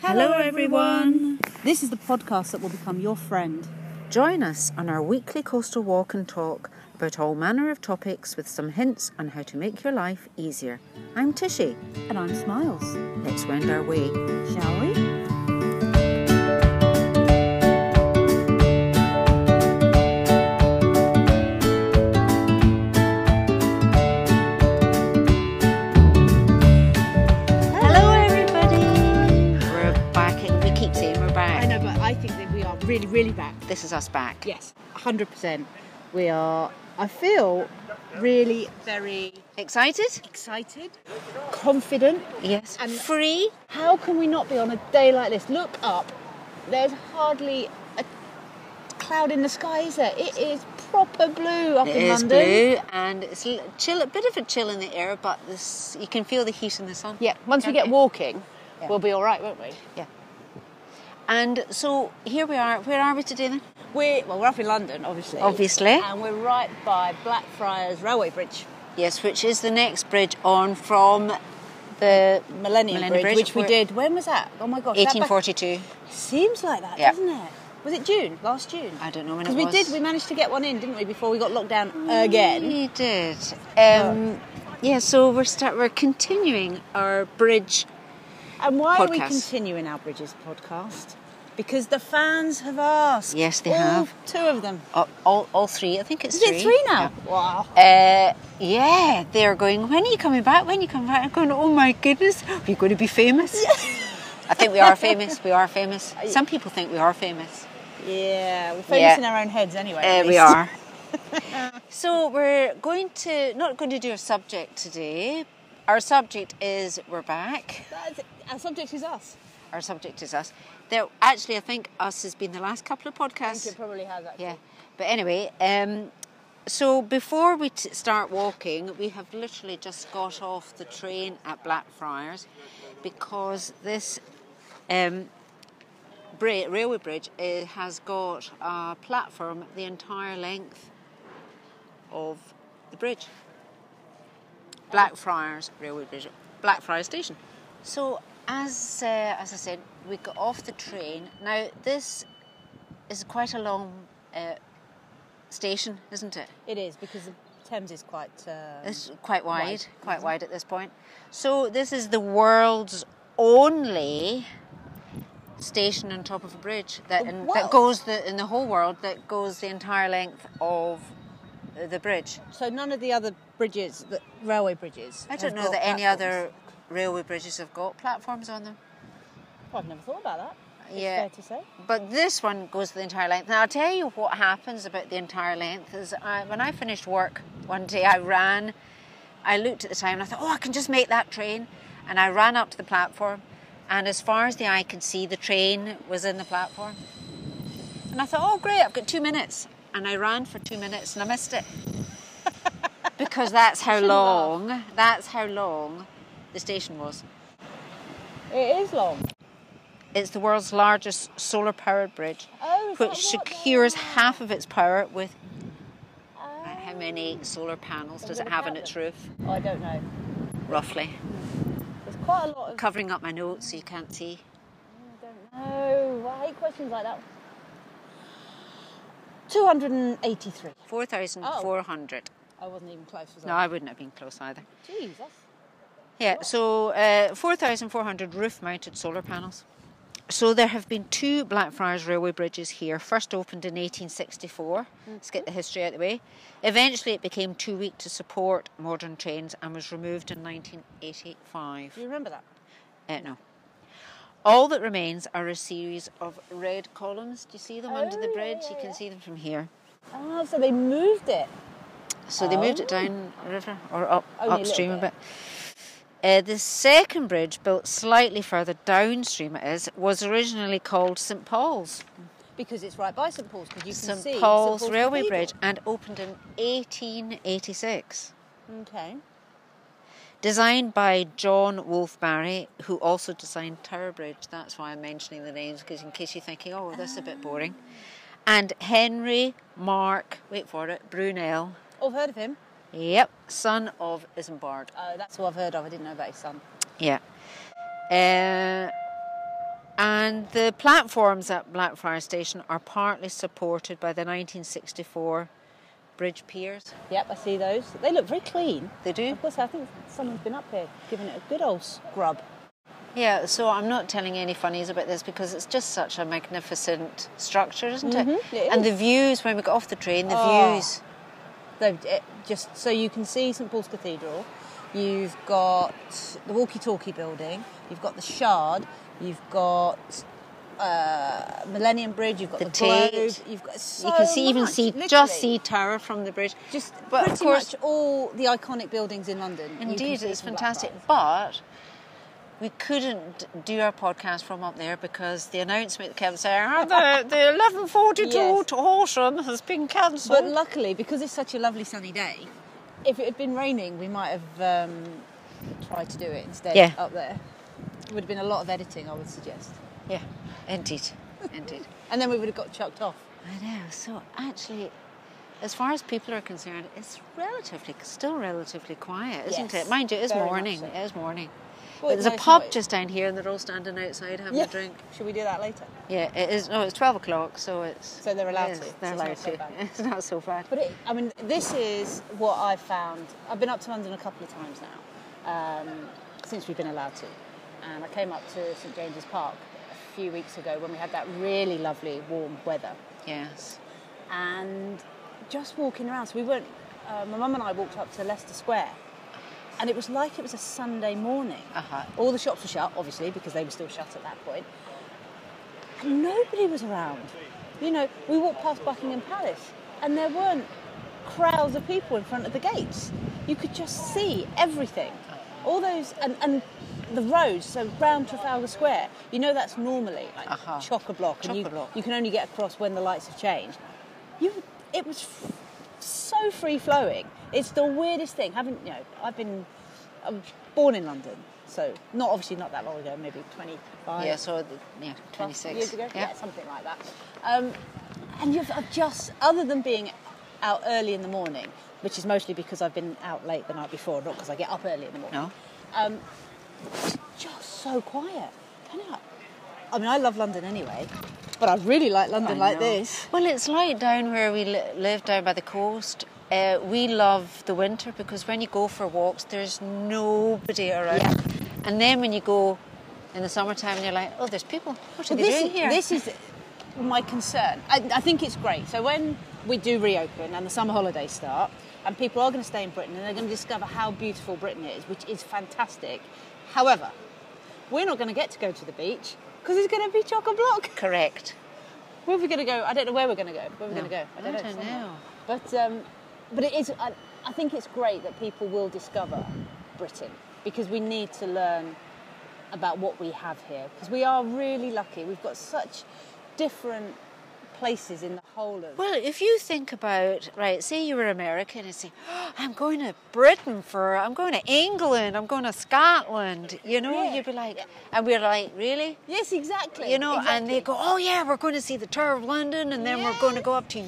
Hello, everyone. This is the podcast that will become your friend. Join us on our weekly coastal walk and talk about all manner of topics with some hints on how to make your life easier. I'm Tishy. And I'm Smiles. Let's wend our way. Shall we? Hello, everybody. We're back. and We keep saying we're I back. know, but I think that we are really, really back. This is us back. Yes, 100%. We are, I feel, really very Excited? excited, confident. Yes. And- free? How can we not be on a day like this? Look up. There's hardly a cloud in the sky, is there? It is proper blue up It in is London. blue and it's a chill, a bit of a chill in the air, but this, you can feel the heat in the sun. Yeah, once we Can't get you? walking, Yeah. we'll be all right, won't we? Yeah. And so here we are. Where are we today then? We're well, we're up in London, obviously. Obviously. and we're right by Blackfriars Railway Bridge, Yes, which is the next bridge on from the Millennium, Millennium Bridge, Bridge, which we where- did. When was that? Oh my gosh, that back- 1842. Seems like that, Yeah. doesn't it? Was it June? Last June? I don't know when it Because we was. did, we managed to get one in, didn't we? Before we got locked down again. We did. Um, yeah, so we're start, we're continuing our bridge. And why are we Podcast. continuing our Bridges podcast? Because the fans have asked. Yes, they All have. Two of them. All, uh, all, all three. I think it's Is three. it three now? Wow. Yeah. Uh, yeah, they're going. When are you coming back? When are you coming back? I'm going. Oh my goodness, we're going to be famous. I think we are famous. We are famous. Some people think we are famous. Yeah, we're famous Yeah. in our own heads anyway. Uh, at we least. are. so we're going to not going to do a subject today. Our subject is we're back. That's, our subject is us. Our subject is us. There actually, I think us has been the last couple of podcasts. It probably has actually. Yeah, but anyway, um, so before we t- start walking, we have literally just got off the train at Blackfriars because this um, bri- railway bridge it has got a platform the entire length of the bridge. Blackfriars Railway Bridge, Blackfriars Station. So, as uh, as I said, we got off the train. Now, this is quite a long uh, station, isn't it? It is because the Thames is quite. Um, It's quite wide, Mm-hmm. Wide, quite wide at this point. So, this is the world's only station on top of a bridge that The in, world? that goes the in the whole world that goes the entire length of uh, the bridge. so none of the other bridges, the railway bridges. I have don't know got that any platforms. other railway bridges have got platforms on them. Well, I've never thought about that. It's Yeah. fair to say. But this one goes the entire length. Now I'll tell you what happens about the entire length is I, when I finished work one day, I ran. I looked at the time and I thought, oh, I can just make that train, and I ran up to the platform, and as far as the eye could see, the train was in the platform, and I thought, oh, great, I've got two minutes, and I ran for two minutes and I missed it because that's how long. That's how long the station was. It is long. It's the world's largest solar powered bridge, Oh, is which that what they secures half of its power with Oh, how many solar panels does Does it it have on count its them? roof? I don't know. Roughly. There's quite a lot of. Covering up my notes so you can't see. I don't know. I hate questions like that. 283. Oh. 4,400. I wasn't even close. Was No, I? I wouldn't have been close either. Jeez, that's Yeah, so uh, 4,400 roof mounted solar panels. So there have been two Blackfriars railway bridges here, first opened in 1864. Mm-hmm. Let's get the history out of the way. Eventually, it became too weak to support modern trains and was removed in 1985. Do you remember that? Uh, no. All that remains are a series of red columns. Do you see them under the Oh, yeah, bridge? yeah, you can yeah. see them from here. Ah, so they moved it. So they moved it down river or up Oh. Only a little upstream a bit. bit. Uh, the second bridge, built slightly further downstream, it is, was originally called St Paul's. Because it's right by St Paul's, because you can St see St Paul's Paul's Railway Bridge Cathedral. and opened in 1886. Okay. Designed by John Wolfe Barry, who also designed Tower Bridge. That's why I'm mentioning the names, because in case you're thinking, oh, this is a bit boring. Ah. And Henry Mark, wait for it, Brunel. Oh, I've heard of him. Uh, Yep, son of Isambard. Oh, that's who I've heard of. I didn't know about his son. Yeah. Uh, And the platforms at Blackfriars Station are partly supported by the 1964 bridge piers. Yep, I see those. They look very clean. They do? Of course, I think someone's been up here giving it a good old scrub. Yeah, so I'm not telling any funnies about this because it's just such a magnificent structure, isn't it? Mm-hmm, it and the views when we got off the train, the Oh. views. They've it, eh, just so you can see St Paul's Cathedral. You've got the walkie-talkie building. You've got the Shard. You've got uh, Millennium Bridge. You've got The the, Tate. Globe. You've got so you can see even much, see literally. just see Tower from the bridge. just but pretty of course, much all the iconic buildings in London. you can indeed, see it's from fantastic. Blackfriars. But we couldn't d- do our podcast from up there because the announcement that kept saying "Ah, the the 11:42 Yes. to Horsham has been cancelled. But luckily, because it's such a lovely sunny day, if it had been raining, we might have um, tried to do it instead Yeah. up there. Would have been a lot of editing, I would suggest, yeah, indeed, indeed. and then we would have got chucked off. I know. So actually, as far as people are concerned, it's relatively still relatively quiet, isn't Yes, it? Mind you, it is very much morning. so. It is morning. Well, but there's a it's pub nice just down here, and they're all standing outside having a drink. Should we do that later? Yeah, it is. No, it's twelve o'clock, so it's So they're allowed yes, to, so They're it's not allowed so to. bad. It's not so bad. But it, I mean, this is what I found. I've been up to London a couple of times now, um, since we've been allowed to. And I came up to St James's Park a few weeks ago when we had that really lovely warm weather. Yes. And just walking around, so we went, uh, my mum and I walked up to Leicester Square. And it was like it was a Sunday morning. Uh-huh. All the shops were shut, obviously, because they were still shut at that point. And nobody was around. You know, we walked past Buckingham Palace and there weren't crowds of people in front of the gates. You could just see everything. Uh-huh. All those, and, and the roads, so round Trafalgar Square, you know that's normally like Uh-huh. chock a block, and you, Chock-a-block. you can only get across when the lights have changed. You, it was f- so free flowing. It's the weirdest thing. Haven't you know? I've been I was born in London, so not obviously not that long ago, maybe twenty five. Yeah. So the, yeah, twenty six. Years ago, yeah. Yeah. something like that. Um, and you've I've just, other than being out early in the morning, which is mostly because I've been out late the night before, not because I get up early in the morning. No. Um, it's just so quiet. Don't it? I mean, I love London anyway, but I really like London I like know. this. Well, it's like down where we li- live, down by the coast. Uh, we love the winter because when you go for walks, there's nobody around. And then when you go in the summertime, you're like, oh, there's people. What are Well, they this, doing here? this is my concern. I, I think it's great. So when we do reopen and the summer holidays start, and people are going to stay in Britain and they're going to discover how beautiful Britain is, which is fantastic. However, we're not going to get to go to the beach because it's going to be chock a block. Correct. Where are we going to go? I don't know where we're going to go. Where we're No. going to go? I don't somewhere. know. But um, but it is. I, I think it's great that people will discover Britain because we need to learn about what we have here because we are really lucky. We've got such different places in the whole of. Well, if you think about right, say you were American and say, "Oh, I'm going to Britain for, I'm going to England, I'm going to Scotland, you know, Yeah. you'd be like, and we're like, really? yes, exactly. You know, and they exactly. go, oh yeah, we're going to see the Tower of London, and then we're going to Yes. go up to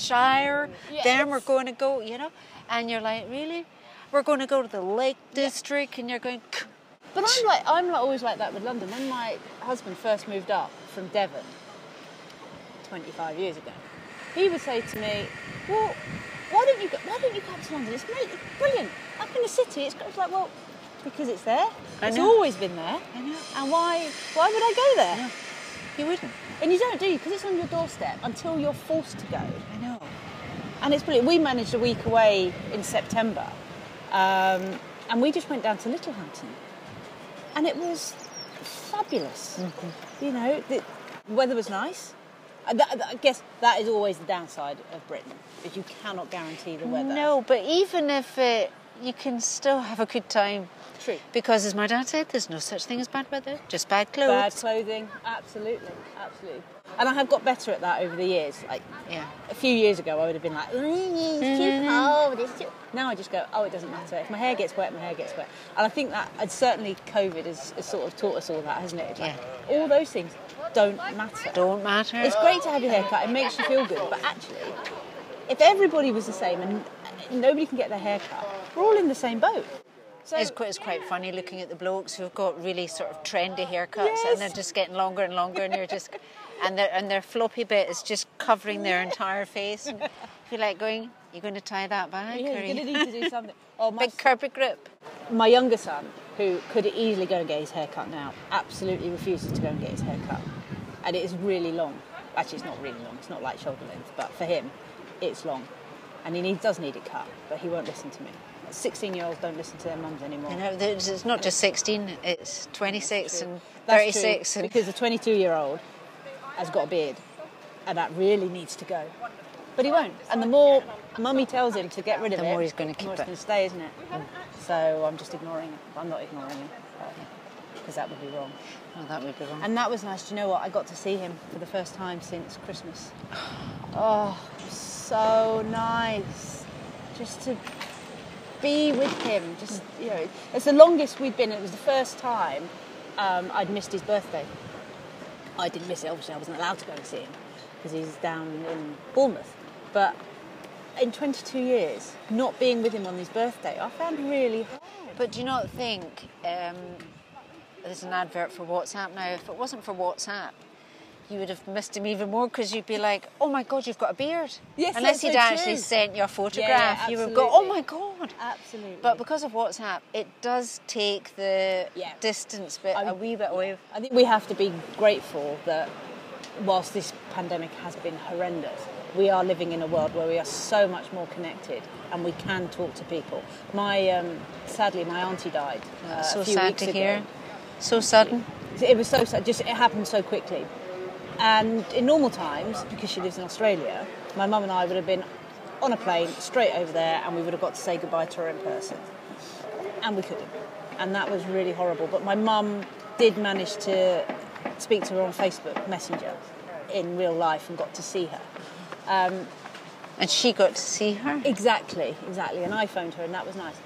Yorkshire, then we're Yes. going to go, you know, and you're like, really? We're going to go to the Lake District, and you're going, "K- But I'm like, I'm like always like that with London. When my husband first moved up from Devon, 25 years ago, he would say to me, "Well, why don't you go? Why don't you go up to London? It's great, it's brilliant. Up in the city, it's, it's like, well, because it's there. I It's know. always been there. I know. And why? Why would I go there? no, you wouldn't. And you don't do because it's on your doorstep until you're forced to go I know. and it's brilliant. We managed a week away in September, um, and we just went down to Littlehampton, and it was fabulous. Mm-hmm. You know, the weather was nice. Uh, that- that- I guess that is always the downside of Britain, is you cannot guarantee the weather. No, but even if it, you can still have a good time. True. Because, as my dad said, there's no such thing as bad weather, just bad clothes. Bad clothing, absolutely, absolutely. And I have got better at that over the years. Like Yeah. a few years ago, I would have been like, "Mm, it's too cold, it's too. Now I just go, oh, it doesn't matter. If my hair gets wet, my hair gets wet. And I think that, and certainly COVID has, has sort of taught us all that, hasn't it? It's like, All those things don't matter. Don't matter. It's great to have your hair cut, it makes you feel good, but actually, if everybody was the same and nobody can get their hair cut, we're all in the same boat. So, it's quite, it's quite yeah. funny looking at the blokes who've got really sort of trendy haircuts Yes. and they're just getting longer and longer and you're just and their and their floppy bit is just covering their entire face. And you're like going, You're gonna tie that back? Yeah, or you're you- going to need to do something. Oh, my, big curvy grip. my younger son, who could easily go and get his hair cut now, absolutely refuses to go and get his hair cut. And it is really long. Actually, it's not really long. It's not like shoulder length, but for him, it's long. And he needs, does need it cut, but he won't listen to me. 16 year olds don't listen to their mums anymore. You know, it's it's not just sixteen, it's twenty six and That's thirty six true, and because a 22 year old has got a beard and that really needs to go. But he won't. And the more mummy tells him to get rid of The it, more he's gonna the more it's keep it. going to stay, isn't it? So I'm just ignoring it. I'm not ignoring him because that would be wrong. Oh, that would be wrong. And that was nice. Do you know what? I got to see him for the first time since Christmas. Oh, so nice. Just to be with him. Just you know, it's the longest we'd been. It was the first time um, I'd missed his birthday. I didn't miss it. Obviously, I wasn't allowed to go and see him because he's down in Bournemouth. But in 22 years, not being with him on his birthday, I found really hard. But do you not think um, there's an advert for WhatsApp now? If it wasn't for WhatsApp, you would have missed him even more because you'd be like, "Oh my God, you've got a beard!" Yes, that's Unless he'd so actually true. sent you a photograph, Yeah, you would go, "Oh my God!" Absolutely. But because of WhatsApp, it does take the Yeah. Um, distance bit I'm- a wee bit away. I think we have to be grateful that whilst this pandemic has been horrendous, we are living in a world where we are so much more connected and we can talk to people. My um, sadly, my auntie died. uh, so a few sad weeks to ago. hear. So sudden. It was so sad. Just it happened so quickly. And in normal times, because she lives in Australia, my mum and I would have been on a plane straight over there, and we would have got to say goodbye to her in person. And we couldn't. And that was really horrible. But my mum did manage to speak to her on Facebook Messenger in real life and got to see her. And she got to see her. Exactly, exactly. And I phoned her, and that was nice.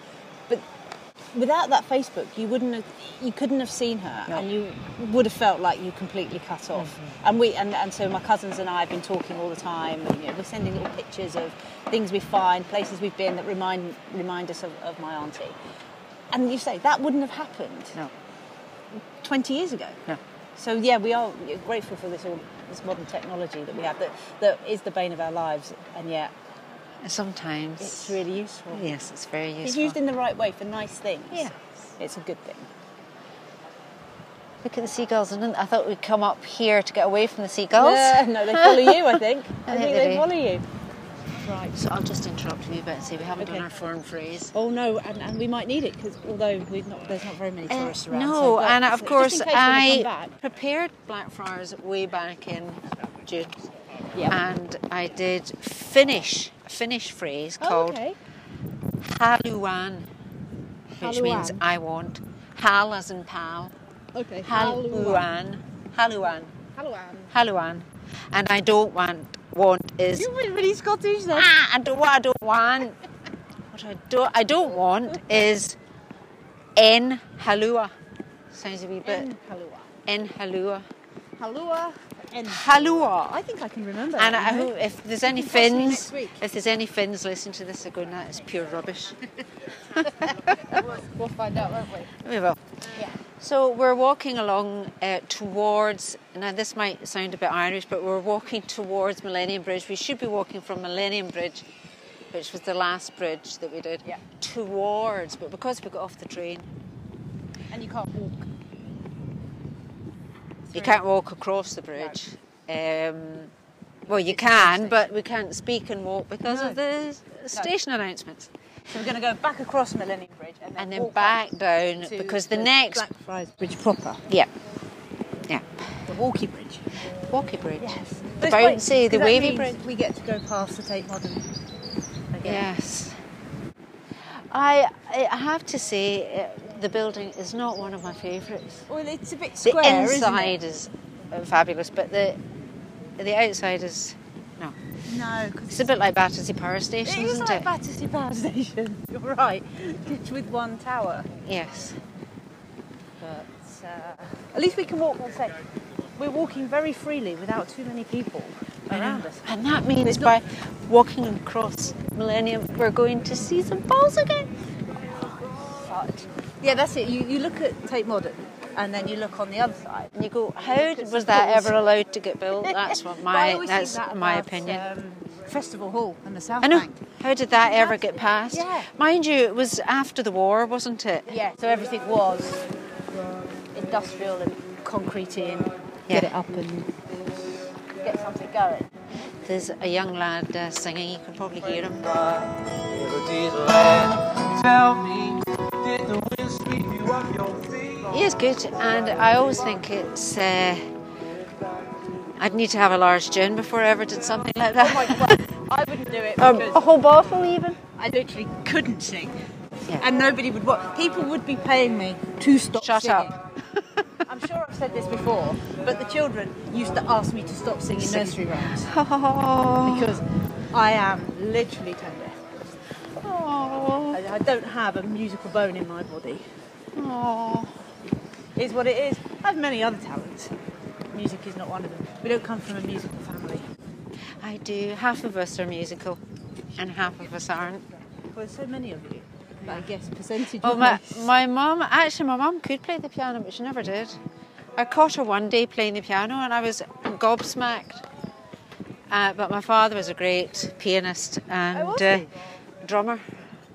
But without that Facebook, you wouldn't have, you couldn't have seen her, No. Mm-hmm. and you would have felt like you completely cut off. And we, and, and so my cousins and I have been talking all the time, and you know, we're sending little pictures of things we find, places we've been that remind remind us of, of my auntie. And you say that wouldn't have happened No. 20 years ago. No. So yeah, we are grateful for this all, this modern technology that we have that, that is the bane of our lives, and yet And sometimes. it's really useful. Yes, it's very useful. It's used in the right way for nice things. Yes. It's a good thing. Look at the seagulls, and I thought we'd come up here to get away from the seagulls. Yeah, no, they follow you, I think. I, think think they they, do. follow you. Right, so I'll just interrupt you a bit and say we haven't Okay. done our foreign phrase. Oh no, and, and we might need it because although we've not, there's not very many Uh, tourists around. no, so, but and it's- of just course in case when they come I back- prepared Blackfriars way back in June, Yeah. and I did Finnish a Finnish phrase Oh, called okay. haluan, which means Haluan. I want. Hal as in pal. Okay. Haluan. Haluan. Haluan. Haluan. And I don't want want is You've been really Scottish then. ah, I don't, what I don't want, what I don't, I don't want is en halua. Sounds a wee bit En Halua. en halua. Halua. En. I Halua. think I can remember. And I that, you know. hope if there's any can pass me Finns, next week. if there's any Finns listening to this, they're going, that is pure rubbish. we'll find out, won't we? We will. Yeah. So we're walking along uh, towards, now this might sound a bit Irish, but we're walking towards Millennium Bridge. We should be walking from Millennium Bridge, which was the last bridge that we did, Yeah. towards, but because we got off the train, And you can't walk. You can't walk across the bridge. Um, well, you can, but we can't speak and walk because of the station announcements. So we're going to go back across Millennium Bridge and then, And then walk back up down to because the next. Blackfriars Bridge proper, Yeah. Yeah. the Walkie Bridge. Walkie bridge. The bouncy, the wavy bridge. We get to go past the Tate Modern. Again. Yes. I, I have to say, uh, the building is not one of my favourites. Well, it's a bit The square, inside is uh, fabulous, but the the outside is. No. isn't it? No, because It's a bit like Battersea Power Station, it is isn't like it? Battersea Power Station. You're right. It's with one tower. yes. But uh, at least we can walk. One sec. We're walking very freely without too many people around us. And that means by walking across Millennium, we're going to see some balls again. So hard. Yeah, that's it. You, you look at Tate Modern and then you look on the other side. And you go, how Because was it's that built. ever allowed to get built? That's what But I my always think that's that my about, opinion. um, Festival Hall and the South I know. Bank. How did that ever get passed? Yeah. Mind you, it was after the war, wasn't it? Yeah, so everything was industrial and concretey and Yeah. get it up and get something going. There's a young lad uh, singing. You can probably hear him. Little did lad, tell me, did the wind sweep you off your feet? He is good, and I always think it's. Uh, I'd need to have a large gin before I ever did something like Oh that. I wouldn't do it Um, because a whole bottle, even. I literally couldn't sing. Yeah. And nobody would watch. People would be paying me to stop Shut singing. up. I'm sure I've said this before, but the children used to ask me to stop singing nursery rhymes Oh, because I am literally tender. I, I don't have a musical bone in my body. oh. Is what it is. I have many other talents. Music is not one of them. We don't come from a musical family. I do. Half of us are musical, and half of us aren't. Well, there's so many of you. Oh, But I guess percentage. Well, Oh, my my mum actually, my mum could play the piano, but she never did. I caught her one day playing the piano, and I was gobsmacked. Uh, but my father was a great pianist and was uh, drummer.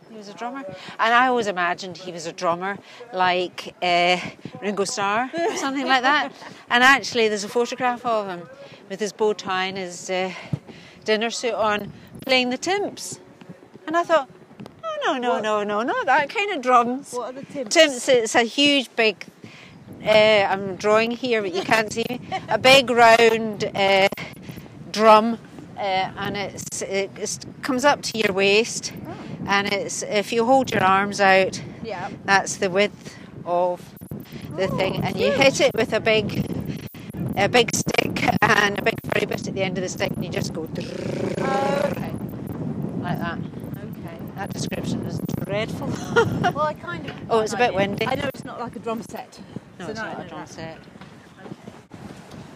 He was a drummer, and I always imagined he was a drummer like uh, Ringo Starr or something like that. And actually, there's a photograph of him with his bow tie and his uh, dinner suit on, playing the timps. And I thought, "Oh, no, no, no, no, no, not that kind of drums. What are the timps? Timps, it's a huge, big. Uh, I'm drawing here, but you can't see me. A big round uh, drum, uh, and it's, it it's- comes up to your waist, and it's if you hold your arms out, Yeah. that's the width of the thing, and you hit it with a big, a big stick and a big furry bit at the end of the stick, and you just go Okay. like that. Okay. That description is dreadful. Well, I kind of. Oh, it's a I bit did. windy. I know it's not like a drum set. no, So it's no, not no, a drum no. set.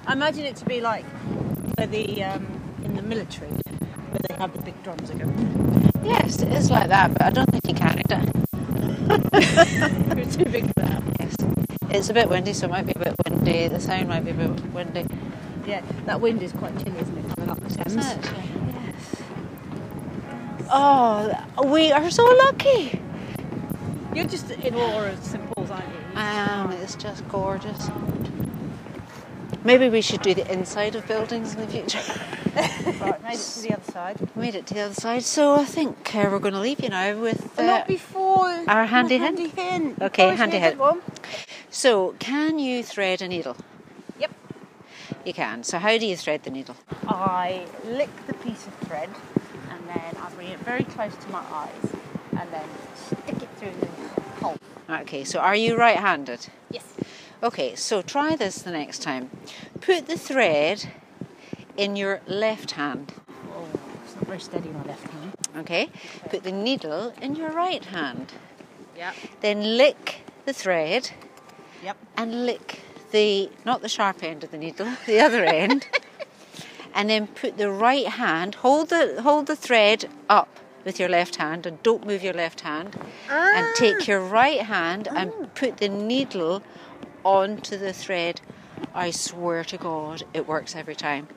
I imagine it to be like for the um, in the military where they have the big drums again. Yes, it is like that, but I don't think he carried it. It's too big for that. Yes. It's a bit windy, so it might be a bit windy. The sound might be a bit windy. Yeah, that wind is quite chilly, isn't it? Coming up the Thames. Oh, we are so lucky. You're just in awe of St Paul's, aren't you? I am. It's just gorgeous. Maybe we should do the inside of buildings in the future. Right, made it to the other side. We Made it to the other side, so I think uh, we're going to leave you now with. Uh, Not before our handy my hint? handy hint. Okay, Promise me handy a good hint. one. so, can you thread a needle? Yep. You can. So, how do you thread the needle? I lick the piece of thread and then I bring it very close to my eyes and then stick it through the hole. Okay, so are you right handed? Yes. Okay, so try this the next time. Put the thread in your left hand. Oh, it's not very steady, my left hand. Okay? Put the needle in your right hand. Yep. Then lick the thread Yep. and lick the not the sharp end of the needle, the other end. and then put the right hand, hold the hold the thread up with your left hand and don't move your left hand. And take your right hand and put the needle onto the thread. I swear to God, it works every time.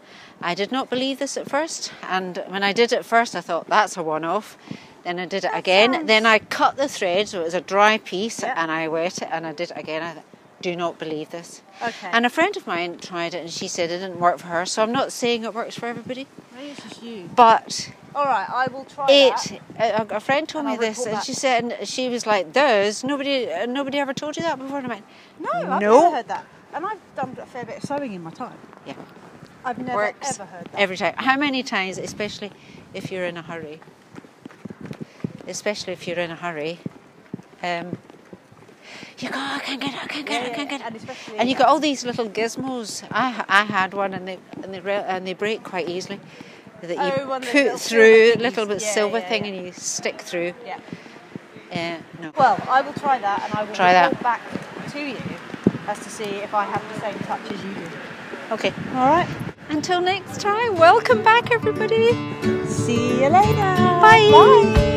I did not believe this at first, and when I did it first, I thought that's a one off. Then I did it again. Then I cut the thread, so it was a dry piece, Yeah. and I wet it, and I did it again. I th- do not believe this. Okay. And a friend of mine tried it, and she said it didn't work for her. So I'm not saying it works for everybody, Maybe it's just you. but All right, I will try that. it. A, a friend told Oh, And me I'll this, report and back. she said and she was like, "There's nobody. Uh, nobody ever told you that before." And I went, No, I've No. never heard that. And I've done a fair bit of sewing in my time. "Yeah, I've never works ever heard that. every time. How many times, especially if you're in a hurry? Especially if you're in a hurry." Um, you go, I can't get it, I can't get Yeah, it, I yeah, can't get it. and especially- and you got all these little gizmos. I, I had one, and they and they re- and they break quite easily. That you Oh, one of those little silver put through thingies. little bit Yeah, silver yeah, thing, yeah. and you stick through. Yeah. Uh, no. Well, I will try that and I will Try that. report back to you as to see if I have the same touch as you do. Okay. All right. Until next time, welcome back, everybody. See you later. Bye. Bye.